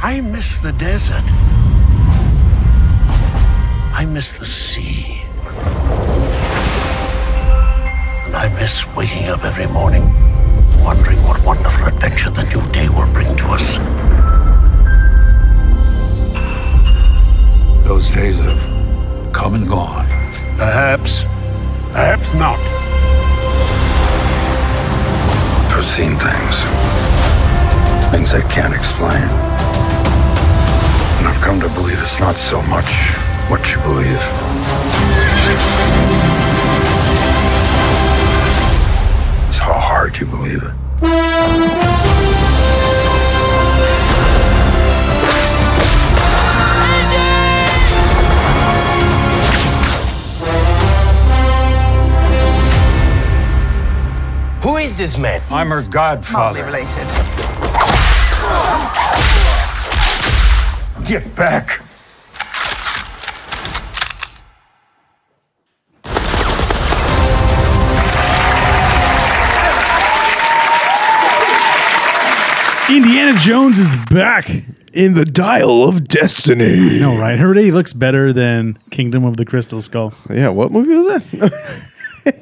I miss the desert. I miss the sea. And I miss waking up every morning, wondering what wonderful adventure the new day will bring to us. Those days have come and gone. Perhaps, perhaps not. I've seen things. Things I can't explain. And I've come to believe it's not so much what you believe, it's how hard you believe it. Who is this man? I'm her godfather. related. Get back! Indiana Jones is back. In the dial of destiny. No, right? Already looks better than Kingdom of the Crystal Skull. Yeah, what movie was that?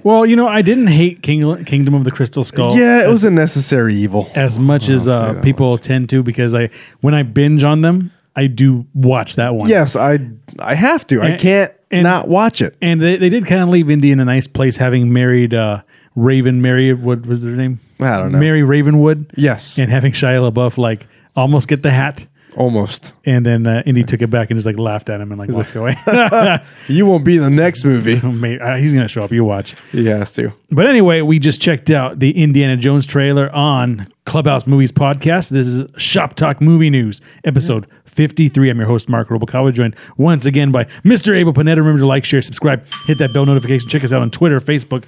Well, you know, I didn't hate King- Kingdom of the Crystal Skull. yeah, it as- was a necessary evil. as much as say uh, that people much. tend to because I when I binge on them, I do watch that one. Yes, I I have to. I And- can't and- not watch it. and they, they did kind of leave Indy in a nice place, having married uh, Raven Mary. What was their name? I don't know. Mary Ravenwood. Yes. and having Shia LaBeouf like almost get the hat, Almost. and then uh, Indy took it back and just like laughed at him and like walked away. You won't be in the next movie. Mate, uh, He's gonna show up. You watch. He has to. But anyway, we just checked out the Indiana Jones trailer on Clubhouse Movies Podcast. This is Shop Talk Movie News, episode 53. I'm your host, Mark Robokawa, joined once again by Mr. Abel Panetta. Remember to like, share, subscribe, hit that bell notification. Check us out on Twitter, Facebook,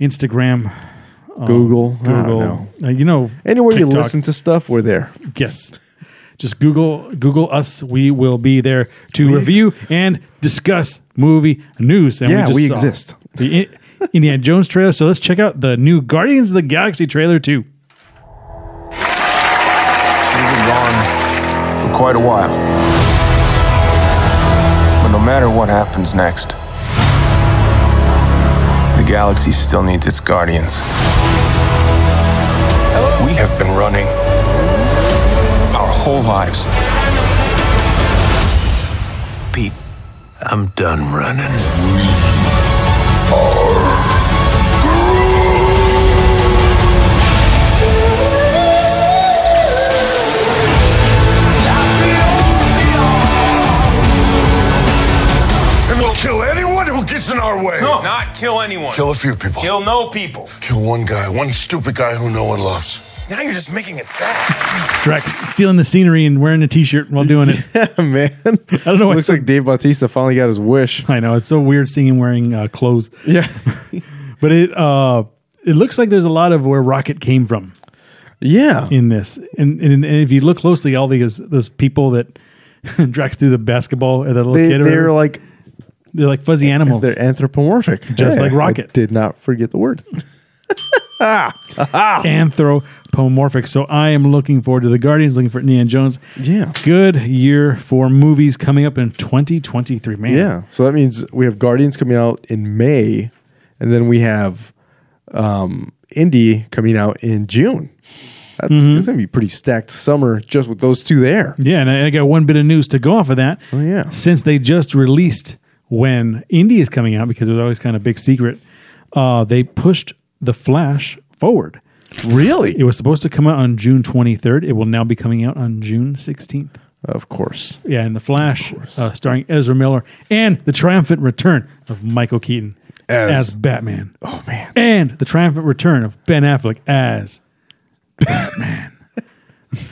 Instagram, Google. Google. Oh, Google. Uh, you know, Anywhere you TikTok. listen to stuff, we're there. Yes. Just Google Google us. We will be there to review and discuss movie news. And Yeah, just we saw exist. The I- Indiana Jones trailer. So let's check out the new Guardians of the Galaxy trailer too. We've been gone for quite a while. But no matter what happens next, the galaxy still needs its guardians. We have been running our whole lives. Pete. I'm done running. And we'll kill anyone who gets in our way. Not kill anyone. Kill a few people. Kill no people. Kill one guy, one stupid guy who no one loves. Now you're just making it sad. Drex stealing the scenery and wearing a T-shirt while doing it. Man. I don't know why it's Looks so- like Dave Bautista finally got his wish. I know it's so weird seeing him wearing uh, clothes, Yeah. but it uh, it looks like there's a lot of where Rocket came from Yeah. in this. And and, and if you look closely, all these those people that Drex threw the basketball at that little They, kid, or they're whatever, like they're like fuzzy animals. they're anthropomorphic. Just like I Rocket. did not forget the word. anthropomorphic. So I am looking forward to the Guardians, looking for Indiana Jones. Yeah. Good year for movies coming up in 2023, man. Yeah. So that means we have Guardians coming out in May, and then we have um, Indy coming out in June. That's, Mm-hmm. that's gonna be a pretty stacked summer just with those two there. Yeah, and I I got one bit of news to go off of that. Oh, yeah. Since they just released when Indy is coming out, because it was always kind of big secret, uh, they pushed The Flash forward. It Really? was supposed to come out on June 23rd. It will now be coming out on June 16th. Of course. Yeah, and The Flash, uh, starring Ezra Miller, and the triumphant return of Michael Keaton As- as Batman. Oh man. and the triumphant return of Ben Affleck as Batman.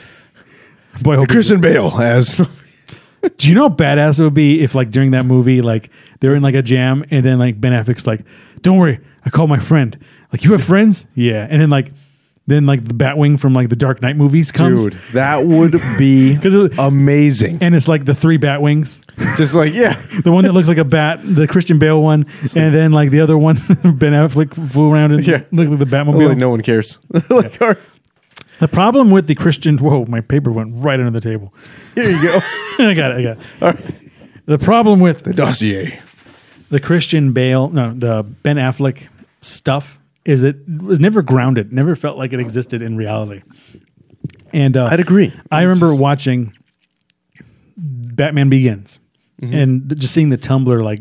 Boy, I hope Kristen Bale as do you know how badass it would be if, like, during that movie, like they're in like a jam, and then like Ben Affleck's like, "Don't worry, I called my friend." Like, you have friends? Yeah, and then like, then like the Batwing from like the Dark Knight movies comes, dude. That would be 'Cause it- amazing. and it's like the three Batwings, Just like yeah, the one that looks like a bat, the Christian Bale one, and then like the other one, Ben Affleck flew around and Yeah. looked like the Batmobile. like no one cares. like, all right. The problem with the Christian, whoa, my paper went right under the table. Here you go. I got it. I got it. The problem with the, Dossier. Christian Bale, no, the Ben Affleck stuff is it was never grounded, never felt like it existed in reality. And uh, I'd agree. I remember watching Batman Begins Mm-hmm. and th- just seeing the Tumblr like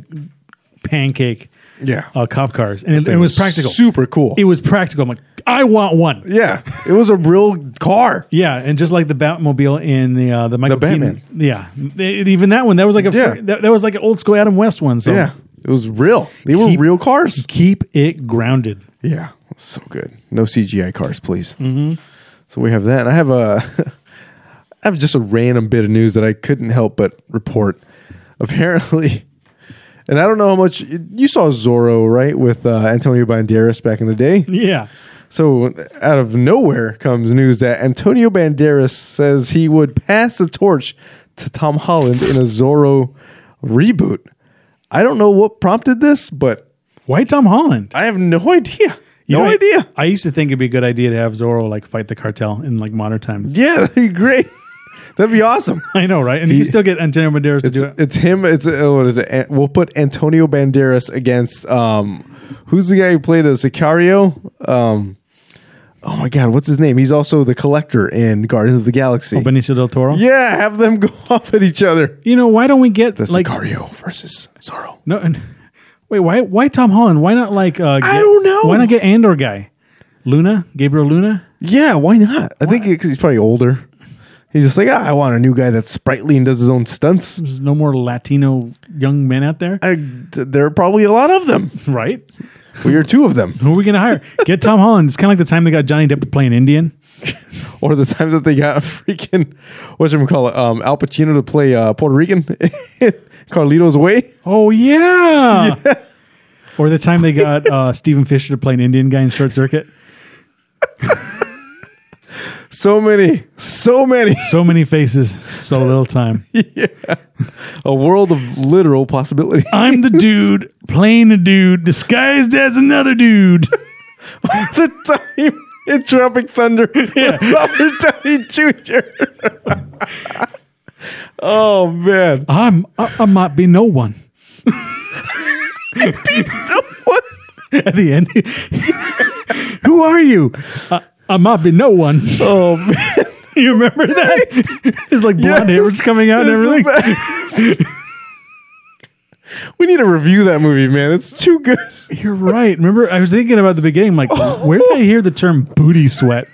pancake Yeah. uh, cop cars, and it, it Thing was practical, Super cool. It was practical. I'm like, I want one. yeah. It was a real car. Yeah, and just like the Batmobile in the uh, the Michael The Batman. Keaton- yeah, It- even that one that was like a Yeah. fr- that, that was like an old school Adam West one. So Yeah. It was real. They were Keep- real cars. keep it grounded. Yeah, so good. No CGI cars, please. Mm-hmm. So we have that. And I have a, I have just a random bit of news that I couldn't help but report. Apparently, and I don't know how much you saw Zorro right with uh, Antonio Banderas back in the day. Yeah, So out of nowhere comes news that Antonio Banderas says he would pass the torch to Tom Holland in a Zorro reboot. I don't know what prompted this, but why Tom Holland? I have no idea. You no know, I- idea. I used to think it'd be a good idea to have Zorro like fight the cartel in like modern times. Yeah, that'd be great. that'd be awesome. I know, right? And you He- can still get Antonio Banderas to It's, do it. it's him. It's uh, what is it? An- We'll put Antonio Banderas against um, who's the guy who played a Sicario? Um, oh my God, what's his name? He's also the collector in Guardians of the Galaxy. Benicio del Toro. yeah, have them go off at each other. You know why don't we get The like Sicario versus Zorro. no? And, wait, why why Tom Holland? Why not like uh, I don't know. Why not get Andor guy? Luna, Gabriel Luna. Yeah, why not? I think it- 'cause he's probably older. He's just like, ah, I want a new guy that's sprightly and does his own stunts. There's no more Latino young men out there, I, th- there are probably a lot of them. right? We are two of them. Who are we going to hire? Get Tom Holland. It's kind of like the time they got Johnny Depp to play an Indian. or the time that they got freaking what's it call it um, Al Pacino to play uh, Puerto Rican Carlito's Way. Oh yeah. Or the time they got uh, Stephen Fisher to play an Indian guy in Short Circuit. So many, so many, So many faces, so little time. a world of literal possibility. I'm the dude playing a dude disguised as another dude. the time in Tropic Thunder, with Robert Downey Jr. oh man, I'm I, I might be no one. At the end, who are you? I, I might be no one. oh man, You remember that? It's like blonde hair was coming out and everything. It's the best. we need to review that movie, man. It's too good. You're right. Remember, I was thinking about the beginning, like, where did I hear the term booty sweat?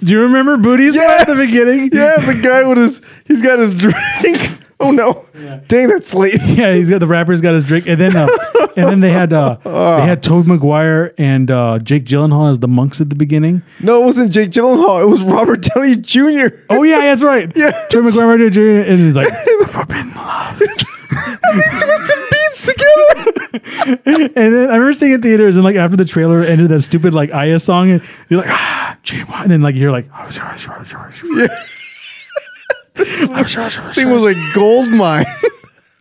Do you remember booty sweat at the Yes! beginning? Yeah, the guy with his he's got his drink. Oh no. Dang, that's late. Yeah, he's got the rapper's got his drink, and then uh, and then they had uh, they had Ah. Tobey Maguire and uh, Jake Gyllenhaal as the monks at the beginning. No, it wasn't Jake Gyllenhaal. It was Robert Downey Jr. Oh yeah, that's right. Yeah. Tobey Maguire Jr. and he's like forbidden love. they twisted beats together. And then I remember seeing it in theaters, and like after the trailer ended, that stupid like Aya song, and you're like, ah, G1. and then like you're like, oh, sorry, sorry, sorry, sorry. Thing was like gold mine.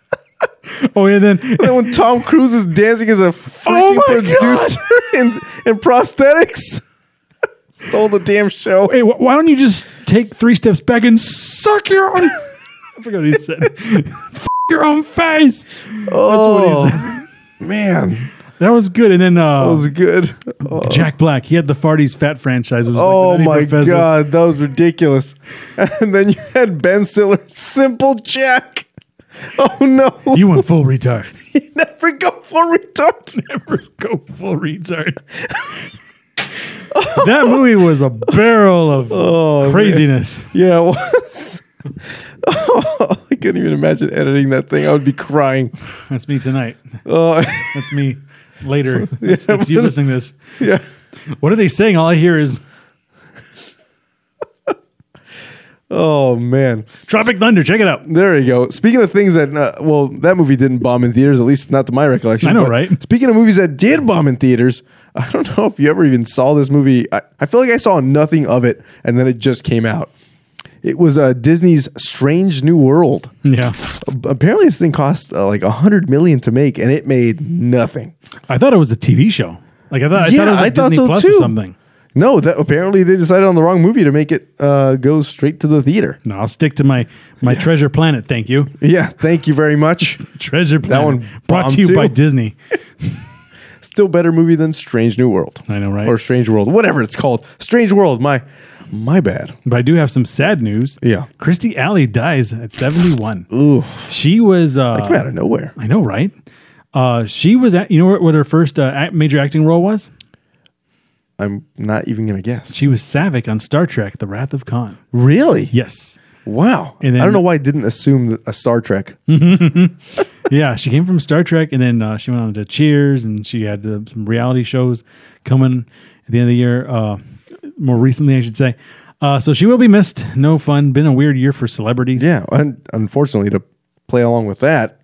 oh, and then then when Tom Cruise is dancing as a freaking Oh my producer in, in prosthetics, stole the damn show. hey, wh- why don't you just take three steps back and suck your own? I forgot what he said. F- your own face. oh man, That was good. And then uh, that was good. Oh, Jack Black, he had the Farties Fat franchise. It was Oh like the my Nutty Professor. god, that was ridiculous. And then you had Ben Stiller, Simple Jack. Oh no, You went full retard. you never go full retard. Never go full retard. that movie was a barrel of Oh, craziness. Yeah, it was. Oh, I couldn't even imagine editing that thing. I would be crying. That's me tonight. Oh, That's me later. It's, it's you listening to this. yeah. What are they saying? All I hear is Oh man, Tropic Thunder. Check it out. there you go. Speaking of things that, uh, well, that movie didn't bomb in theaters, at least not to my recollection. I know, but right? Speaking of movies that did bomb in theaters, I don't know if you ever even saw this movie. I, I feel like I saw nothing of it, and then it just came out. It was uh, Disney's Strange New World. Yeah. Apparently, this thing cost uh, like a hundred million to make, and it made nothing. I thought it was a TV show. Like I thought, I thought it was like Disney Plus or something. No, that apparently they decided on the wrong movie to make it uh, go straight to the theater. No, I'll stick to my my Treasure Planet. Thank you, Yeah, thank you very much. Treasure Planet. one brought to bombed you too. by Disney. Still better movie than Strange New World. I know, right? Or Strange World, whatever it's called. Strange World. My, my bad. But I do have some sad news. Yeah. Christy Alley dies at 71. Ooh. She was. Uh, Came out of nowhere. I know, right? Uh, she was at. You know what, what her first uh, act, major acting role was? I'm not even gonna guess. She was Savik on Star Trek: The Wrath of Khan. Really? Yes. Wow. And then- Hmm. I don't know why I didn't assume that a Star Trek. Yeah, she came from Star Trek, and then uh, she went on to Cheers, and she had uh, some reality shows coming at the end of the year. Uh, more recently, I should say. Uh, so she will be missed. No fun. Been a weird year for celebrities. Yeah, un- unfortunately, to play along with that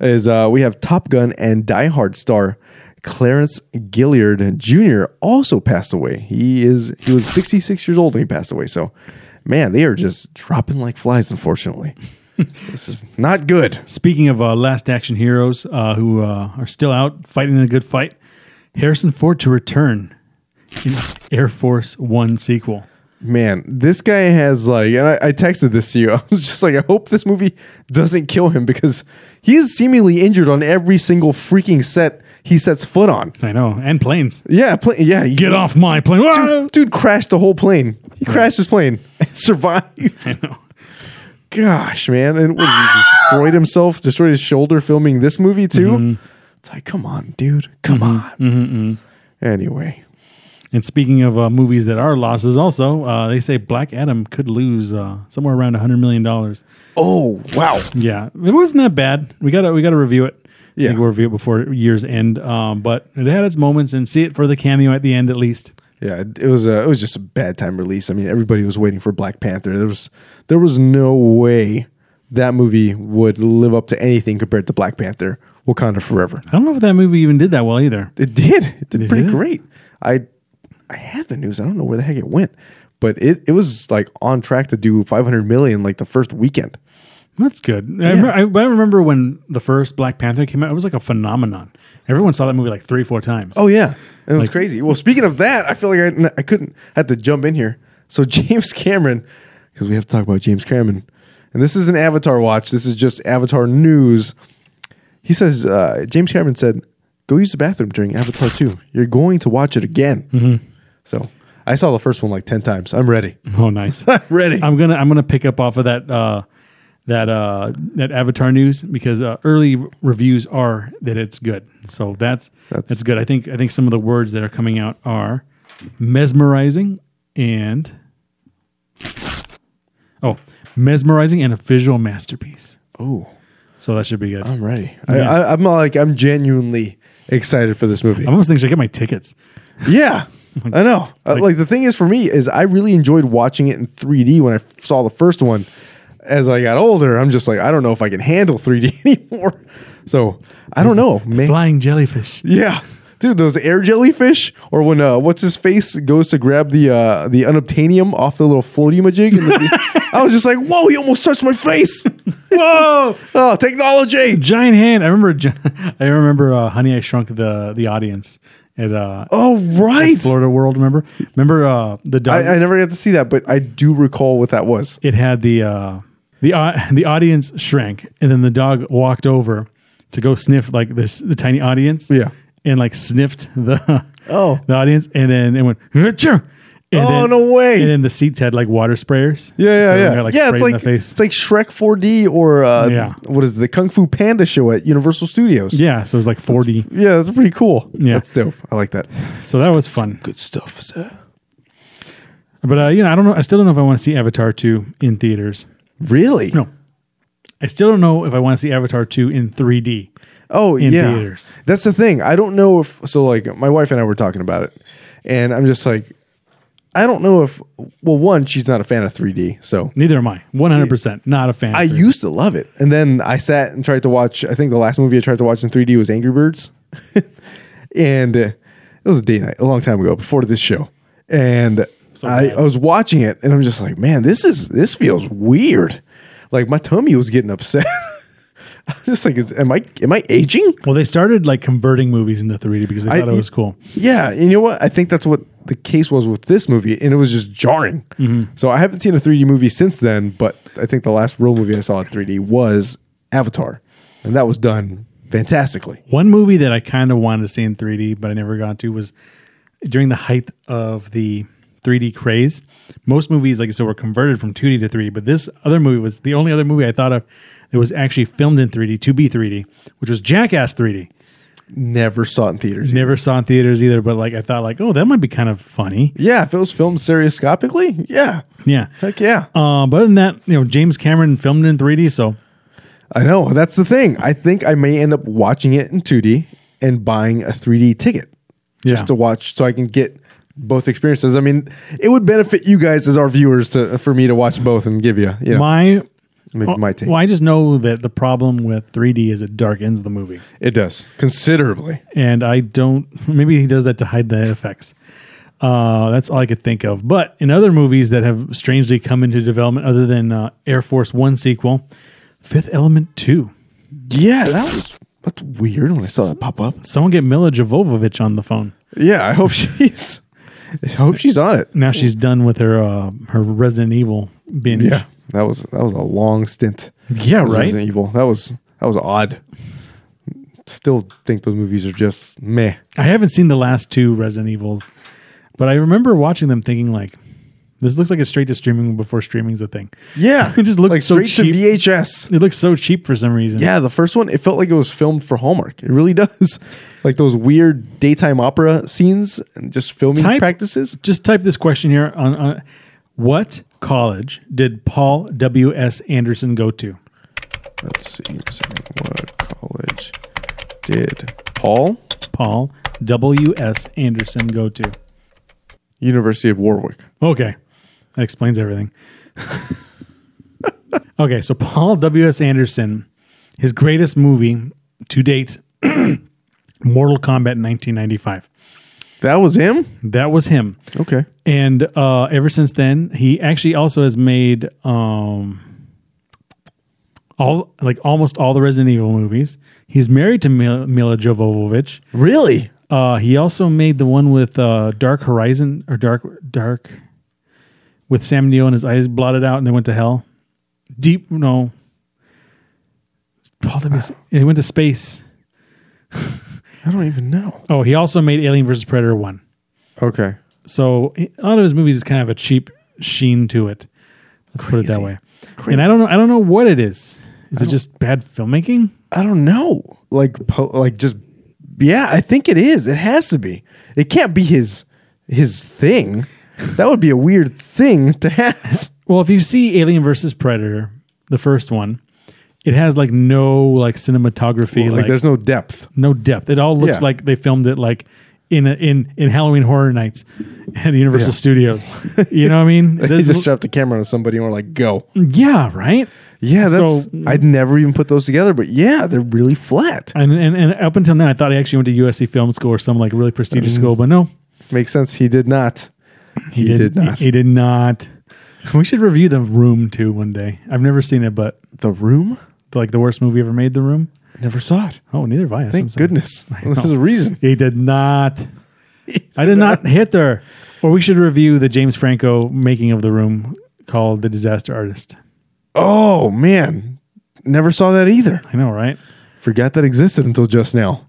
is uh, we have Top Gun and Die Hard star Clarence Gilliard Jr. also passed away. He is he was 66 years old when he passed away. So, man, they are just dropping like flies. Unfortunately, this is not good. Speaking of uh, last action heroes uh, who uh, are still out fighting a good fight, Harrison Ford to return in Air Force One sequel. Man, this guy has like, and I, I texted this to you. I was just like, I hope this movie doesn't kill him because he is seemingly injured on every single freaking set he sets foot on. I know, and planes. Yeah, pla- yeah, he- Get off my plane! dude, dude crashed the whole plane. He crashed his plane and survived. know. Gosh, man. And what, he destroyed himself, destroyed his shoulder filming this movie too? It's like, come on, dude. Come on. Anyway, And speaking of uh, movies that are losses, also uh, they say Black Adam could lose uh, somewhere around hundred million dollars. Oh wow! Yeah, it wasn't that bad. We gotta we gotta review it. Yeah. I think we'll review it before year's end. Um, but it had its moments, and see it for the cameo at the end at least. yeah, it it was a, it was just a bad time release. I mean, everybody was waiting for Black Panther. There was there was no way that movie would live up to anything compared to Black Panther, Wakanda Forever. I don't know if that movie even did that well either. It did. It did It pretty did? great. I I had the news. I don't know where the heck it went, but it, it was like on track to do 500 million like the first weekend. That's good. I, remember, I, but I remember when the first Black Panther came out, it was like a phenomenon. Everyone saw that movie like three, four times. Oh yeah, and it was crazy. Well, speaking of that, I feel like I, I couldn't I had to jump in here. So James Cameron, because we have to talk about James Cameron, and this is an Avatar watch. This is just Avatar news. He says uh, James Cameron said, "Go use the bathroom during Avatar 2. You're going to watch it again." So I saw the first one like ten times. I'm ready. Oh, nice. ready. I'm gonna I'm gonna pick up off of that uh, that uh, that Avatar news because uh, early r- reviews are that it's good. So that's, That's- that's good. I think I think some of the words that are coming out are mesmerizing and oh mesmerizing and a visual masterpiece. Oh. So that should be good. I'm ready. Yeah. I, I, I'm like I'm genuinely excited for this movie. I almost think I should get my tickets. yeah, I know. Uh, Like, the thing is for me is I really enjoyed watching it in 3D when I f- saw the first one. As I got older, I'm just like I don't know if I can handle 3D anymore. So I don't know, man. Flying jellyfish. Yeah, dude, those air jellyfish, or when uh, what's his face goes to grab the uh, the unobtainium off the little floaty majig. in the- I was just like, whoa, he almost touched my face. Whoa! oh, technology. giant hand. I remember. gi- I remember. Uh, Honey, I Shrunk the the audience at uh, Oh right. Florida World. Remember? Remember uh, the dog. I, I never got to see that, but I do recall what that was. it had the uh, the au- the audience shrank, and then the dog walked over to go sniff like this the tiny audience. Yeah. and like sniffed the Oh. the audience, and then it went. "Achoo!" And Oh, no way. And then the seats had like water sprayers. Yeah, yeah, So it yeah. got, like, yeah, sprayed it's in like the face. it's like Shrek 4D or uh, Yeah. what is it, the Kung Fu Panda show at Universal Studios. yeah, so it was like forty. yeah, that's pretty cool. Yeah. that's dope. I like that. So that was fun. Good stuff, sir. But uh, you know, I don't know. I still don't know if I want to see Avatar two in theaters. Really? No. I still don't know if I want to see Avatar 2 in 3D. Oh in yeah, theaters. that's the thing. I don't know if so. Like my wife and I were talking about it, and I'm just like, I don't know if well, one, she's not a fan of 3D, so Neither am I. 100% not a fan. of I 3D. used to love it, and then I sat and tried to watch. I think the last movie I tried to watch in 3D was Angry Birds, and uh, it was a day night a long time ago before this show. And I, bad. I was watching it, and I'm just like, man, this is this feels weird. Like my tummy was getting upset. just like, is, am I am I aging? Well, they started like converting movies into 3D because they I- e thought it was cool. Yeah, and you know what? I think that's what the case was with this movie, and it was just jarring. Mm-hmm. So I haven't seen a 3D movie since then, but I think the last real movie I saw in 3D was Avatar, and that was done fantastically. One movie that I kind of wanted to see in 3D, but I never got to was during the height of the 3D craze. Most movies, like I said, were converted from 2D to 3D, but this other movie was the only other movie I thought of that was actually filmed in 3D to be 3D, which was Jackass 3D. Never saw it in theaters. Never saw in theaters either, but like I thought, like oh, that might be kind of funny. Yeah, if it was filmed stereoscopically, yeah, Yeah. heck yeah. Uh, but other than that, you know, James Cameron filmed it in 3D, so I know that's the thing. I think I may end up watching it in 2D and buying a 3D ticket just Yeah. to watch, so I can get both experiences. I mean, it would benefit you guys as our viewers to for me to watch both and give you, you know, my maybe my take. Well, I just know that the problem with 3D is it darkens the movie, It does considerably. and I don't. Maybe he does that to hide the effects. Uh, that's all I could think of. But in other movies that have strangely come into development, other than uh, Air Force One sequel, Fifth Element Two. Yeah, that was that's weird when I saw that pop up. Someone get Mila Jovovich on the phone. Yeah, I hope she's I hope she's on it. Now she's done with her uh, her Resident Evil binge. Yeah, that was that was a long stint. yeah, as right. Resident Evil. That was that was odd. Still think those movies are just meh. I haven't seen the last two Resident Evils, but I remember watching them thinking like, this looks like it's straight to streaming before streaming's a thing. Yeah, It just looked like so straight cheap. to VHS. It looks so cheap for some reason. Yeah, the first one it felt like it was filmed for Hallmark. It really does. Like those weird daytime opera scenes and just filming Type- practices. Just type this question here on, on what college did Paul W. S. Anderson go to? Let's see a second. What college did Paul? Paul W. S. Anderson go to? University of Warwick. Okay, that explains everything. okay, so Paul W. S. Anderson, his greatest movie to date, Mortal Kombat, nineteen ninety five. That was him. That was him. Okay. and uh, ever since then, he actually also has made um, all like almost all the Resident Evil movies. He's married to Mil- Mila Jovovich. Really? Uh, he also made the one with uh, Dark Horizon or Dark Dark with Sam Neill and his eyes blotted out, and they went to hell. Deep no. Paul W. He went to space. I don't even know. Oh, he also made Alien vs Predator one. Okay. So he- a lot of his movies is kind of a cheap sheen to it. Let's put it that Crazy. way. Crazy. And I don't know. I don't know what it is. Is it just bad filmmaking? I don't know. Like po- like just yeah, I think it is. It has to be. It can't be his his thing. That would be a weird thing to have. Well, if you see Alien versus Predator, the first one, it has like no like cinematography, like, like, there's no depth. no depth. It all looks Yeah. like they filmed it like in a, in in Halloween Horror Nights at Universal Yeah. Studios. you know what I mean? It He doesn't just strapped the camera on somebody and we're like, go. look- yeah, right. Yeah, that's So- I'd never even put those together, but yeah, they're really flat. And, and and up until now, I thought he actually went to USC Film School or some like really prestigious Mm. school, but no, Makes sense. He did not. He, did, not. He, he did not. We should review the room too one day. I've never seen it, but the room? like the worst movie ever made, The Room. Never saw it. Oh, neither have I. That's what I'm Thank saying. goodness. know. There's a reason. He did not. I did not hit her. Or we should review the James Franco making of The Room called The Disaster Artist. Oh man. Never saw that either. I know, right? Forgot that existed until just now.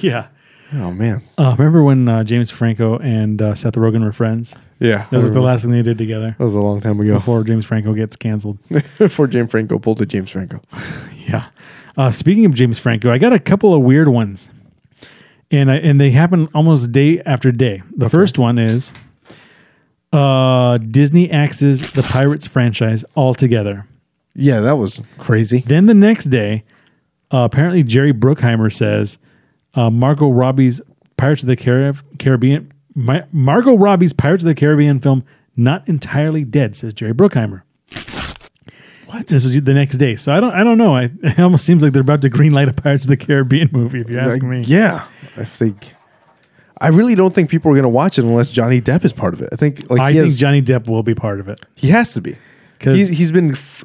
Yeah. Oh man. Uh, remember when uh, James Franco and uh, Seth Rogen were friends? Yeah. That was like, the last thing they did together That was a long time ago. before James Franco gets canceled. Before James Franco pulled a James Franco. Yeah. Uh, speaking of James Franco, I got a couple of weird ones, and I, and they happen almost day after day. The first one is uh, Disney axes the Pirates franchise altogether. Yeah, that was crazy. Then the next day, uh, apparently Jerry Bruckheimer says uh, Margot Robbie's Pirates of the Carib- Caribbean, my, Margot Robbie's Pirates of the Caribbean film not entirely dead, says Jerry Bruckheimer. What? This was the next day, so I don't, I don't know. I, it almost seems like they're about to greenlight a Pirates of the Caribbean movie. If you ask Like, me, Yeah. I think I really don't think people are going to watch it unless Johnny Depp is part of it. I think like I he, think has, Johnny Depp will be part of it. he has to be. 'Cause- He's, he's been f-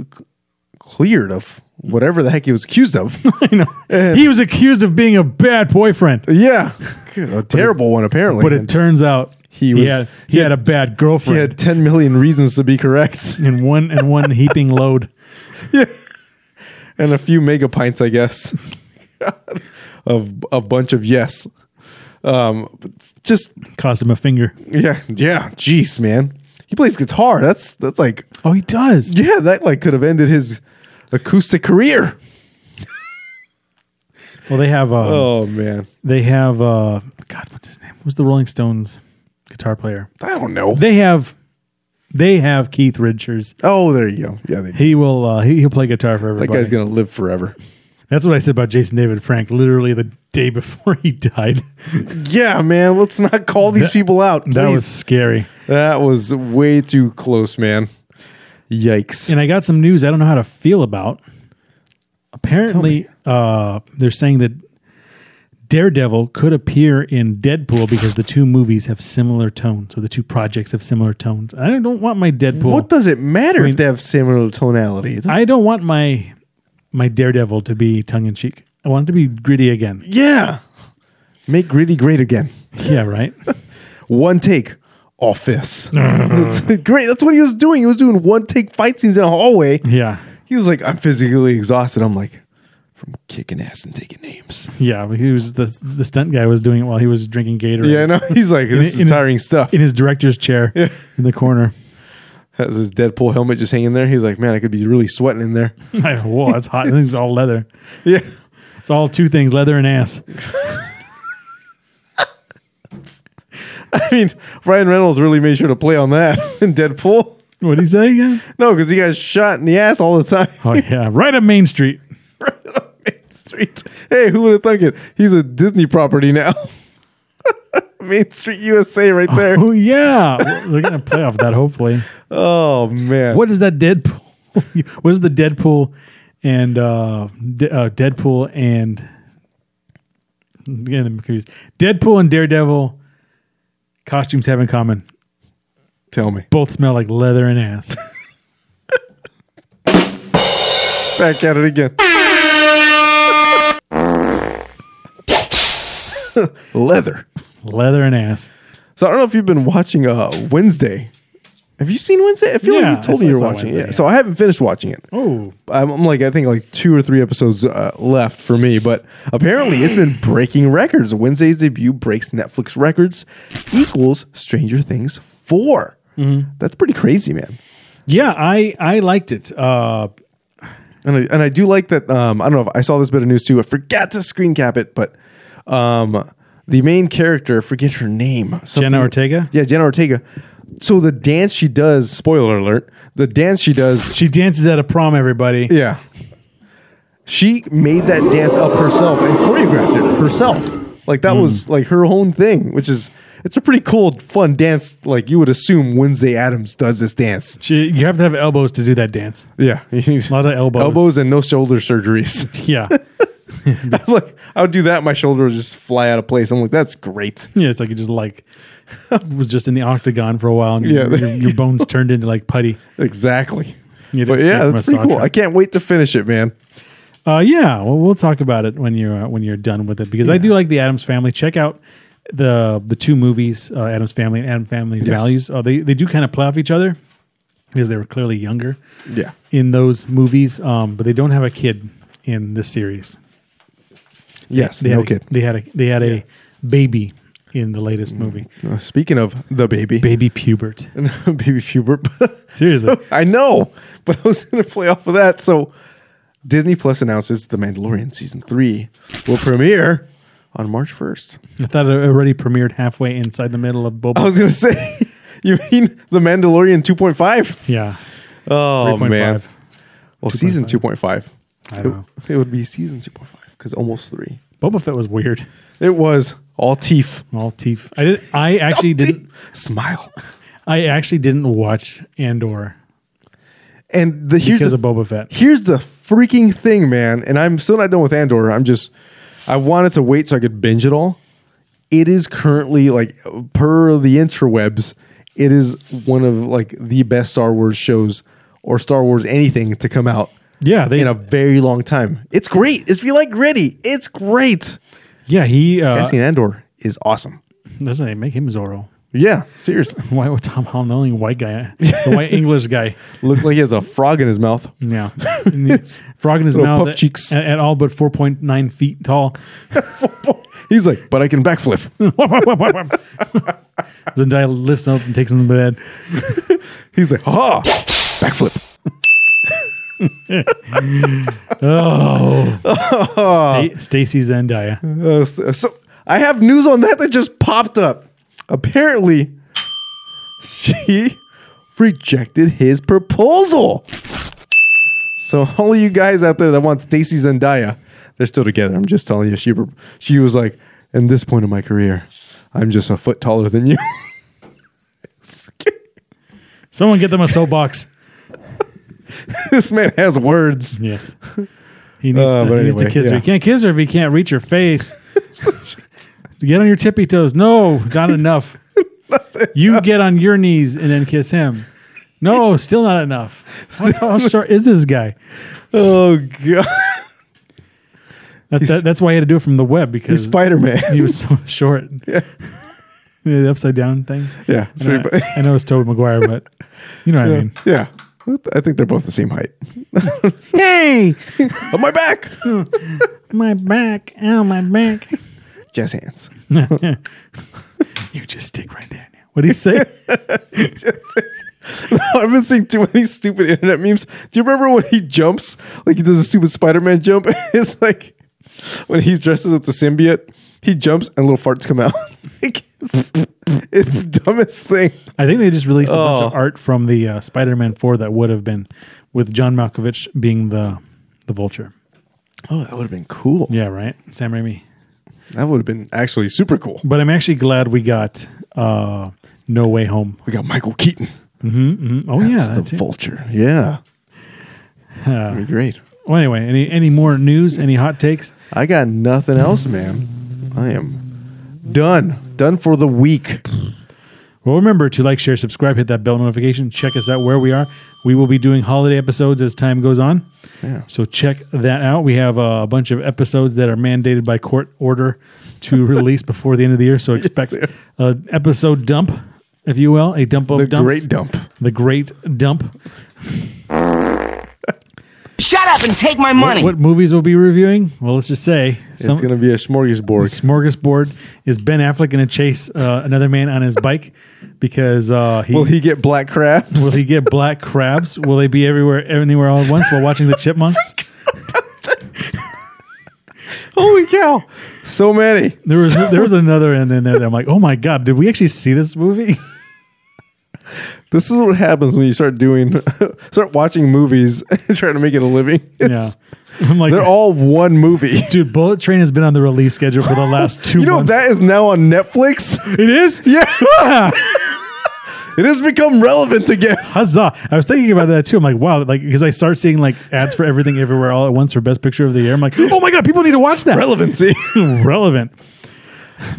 cleared of whatever the heck he was accused of. You know, he was accused of being a bad boyfriend, yeah, a terrible one apparently. but it And turns out He he was- had, he he had had- a bad he girlfriend had ten million reasons to be correct, in one and one heaping load. and a few mega pints, I guess, of a bunch of yes. Um, but just Cost him a finger. yeah, yeah. Jeez, man, he plays guitar. That's that's like Oh, he does. yeah, that like could have ended his acoustic career. Well, they have. Uh, Oh man, They have. Uh, God, what's his name? Who's the Rolling Stones guitar player? I don't know. They have. They have Keith Richards. Oh, there you go. Yeah, they, He will. Uh, he, he'll play guitar for everybody. that guy's gonna live forever. That's what I said about Jason David Frank. Literally the day before he died. Yeah, man. Let's not call these That- people out. That was please. scary. that was way too close, man. Yikes. And I got some news I don't know how to feel about. Apparently, uh, they're saying that Daredevil could appear in Deadpool because the two movies have similar tones, or the two projects have similar tones. I don't want my Deadpool. What does it matter I mean- if they have similar tonality? It doesn't- I don't want my my Daredevil to be tongue in cheek. I want it to be gritty again. yeah. Make gritty great again. Yeah, right. One take. Office. great. That's what he was doing. He was doing one take fight scenes in a hallway. yeah, He was like, I'm physically exhausted. I'm like, from kicking ass and taking names. yeah. but He was the the stunt guy was doing it while he was drinking Gatorade. Yeah, no, he's like, this in is a- tiring stuff. in his director's chair in the corner. Has his Deadpool helmet just hanging there. He's like, man, I could be really sweating in there. I- Whoa, that's hot. This is all leather. Yeah. It's all two things: leather and ass. I mean, Ryan Reynolds really made sure to play on that in Deadpool. What did he say again? No, because he got shot in the ass all the time. Oh yeah, right up Main Street. Main Street. Hey, who would have thunk it? He's a Disney property now. Main Street USA right there. Oh yeah, they're gonna play off that. Hopefully, Oh man. what is that Deadpool? what is the Deadpool and uh, De- uh Deadpool and again I'm confused. Deadpool and Daredevil costumes have in common? Tell me. Both smell like leather and ass. Back at it again. Leather. leather and ass. So I don't know if you've been watching uh Wednesday. Have you seen Wednesday? I feel Yeah, like you told I me you were saw watching it. Wednesday, Yeah. So I haven't finished watching it. Oh, I'm, I'm like I think like two or three episodes uh, left for me, but apparently it's been breaking records. Wednesday's debut breaks Netflix records, equals Stranger Things 4 Mm-hmm. That's pretty crazy, man. yeah. I I liked it. Uh, And I, and I do like that. Um, I don't know if I saw this bit of news too. I forgot to screen cap it, but um, the main character, forget her name, something- Ortega? Yeah, Jenna Ortega. So the dance she does, spoiler alert, the dance she does she dances at a prom. Everybody. Yeah. She made that dance up herself and choreographed it herself. Like that Mm. was like her own thing, which is it's a pretty cool, fun dance. Like you would assume Wednesday Adams does this dance. She, you have to have elbows to do that dance. Yeah, a lot of elbows. elbows, and no shoulder surgeries. Yeah. I'm like I would do that, my shoulder would just fly out of place. I'm like, that's great. yeah. It's like you just like was just in the octagon for a while and your- Yeah. your, your bones turned into like putty. Exactly. You'd But escape yeah, from that's a pretty saw cool. truck. I can't wait to finish it, man. Uh, yeah, well, we'll talk about it when you're uh, when you're done with it because I do like the Adams Family. Check out the the two movies, uh, Adams Family and Adam Family Values. Uh, they they do kind of play off each other because they were clearly younger Yeah. in those movies, um, but they don't have a kid in this series. Yes, They no had a, kid. They had a they had a baby in the latest movie, Uh, Speaking of the baby, baby pubert. baby Hubert. Seriously, I know, but I was going to play off of that. So Disney Plus announces The Mandalorian season three will premiere on March 1st. I thought it already premiered halfway inside the middle of Boba. I was going to say, you mean The Mandalorian 2.5? yeah, Oh, 3.5. man. Well, season 2.5. I don't know. It, it would be season 2.5 because almost three. Boba Fett was weird. It was all teeth. All teeth. I did. I actually didn't. Smile. I actually didn't watch Andor And the, here's because the of Boba Fett. Here's the freaking thing, man. And I'm still not done with Andor. I'm just, I wanted to wait so I could binge it all. It is currently, like, per the interwebs, it is one of, like, the best Star Wars shows or Star Wars anything to come out Yeah, they- in a very long time. It's great. If you like gritty, it's great. Yeah, he uh, Cassian Andor is awesome. doesn't they make him Zorro. Yeah, seriously. Why would Tom Holland, the only white guy, the white English guy? Look like he has a frog in his mouth. Yeah, And the frog in his Little mouth, puff that- cheeks. at, at all but four point nine feet tall. He's like, but I can backflip. Zendaya lifts him up and takes him to bed. He's like, ha, backflip. Sta- Stacy Zendaya. Uh, so, so I have news on that that just popped up. Apparently, she rejected his proposal. So all you guys out there that want Stacy Zendaya, they're still together. I'm just telling you, she she was like, in this point of my career, I'm just a foot taller than you. Someone get them a soapbox. this man has words. Yes. He needs, Uh, to, but he needs to anyway, kiss her. yeah. He can't kiss her if he can't reach her face. get on your tippy toes. No, not enough. you get on your knees and then kiss him. No, still not enough. How, tall, how short is this guy? Oh god, That, that, that's why he had to do it from the web because Spider Man. he was so short. the upside down thing. yeah, I it's know, pretty funny. I know it's Tobey Maguire, but you know what I mean. yeah. I think they're both the same height. Hey, On my back, my back. Oh, my back. jazz hands. You just stick right there now. What do you say? I've been seeing too many stupid internet memes. Do you remember when he jumps? Like he does a stupid Spider-Man jump. It's like when he dresses up the symbiote, he jumps and little farts come out. like it's, it's the dumbest thing. I think they just released a bunch of Oh. art from the uh, Spider-Man Four that would have been with John Malkovich being the the Vulture. Oh, that would have been cool. Yeah, right. Sam Raimi. That would have been actually super cool. But I'm actually glad we got uh, No Way Home. We got Michael Keaton. Oh That's yeah. the that's it. vulture. Yeah. That's gonna be great. Well, anyway, any any more news? Any hot takes? I got nothing else, man. I am done. Done for the week. Well, remember to like, share, subscribe, hit that bell notification. Check us out where we are. We will be doing holiday episodes as time goes on. Yeah. So check that out. We have uh, a bunch of episodes that are mandated by court order to release before the end of the year. So expect sir. an episode dump, if you will, a dump of The dumps. great dump. The great dump. Shut up and take my money. What movies we'll be reviewing? Well, let's just say some it's gonna be a smorgasbord. smorgasbord is Ben Affleck going to chase uh, another man on his bike because uh, Will he get black crabs? Will he get black crabs? Will they be everywhere, anywhere all at once while watching the Oh chipmunks? Holy cow! So many. There was there was another end in there that I'm like, oh my god, did we actually see this movie? This is what happens when you start doing, start watching movies and trying to make it a living. yeah, I'm like, They're all one movie. dude. Bullet Train has been on the release schedule for the last two. You know months. that is now on Netflix. it is. Yeah, it has become relevant again. Huzzah! I was thinking about that too. I'm like, wow, like because I start seeing like ads for everything everywhere all at once for Best Picture of the Year. I'm like, oh my god, people need to watch that. Relevancy. Relevant.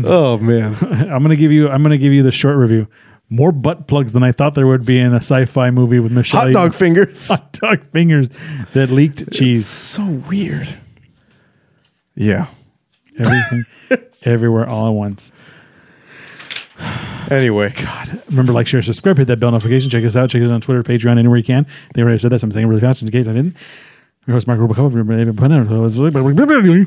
oh man, I'm gonna give you. I'm gonna give you the short review. More butt plugs than I thought there would be in a sci-fi movie with Michelle. hot dog fingers. hot dog fingers that leaked cheese So weird. Yeah. everything everywhere all at once Anyway, remember like share subscribe hit that bell notification check us out check us out on twitter patreon anywhere you can they already said that so i'm saying it really fast in case i didn't your host mark Rubicov. remember-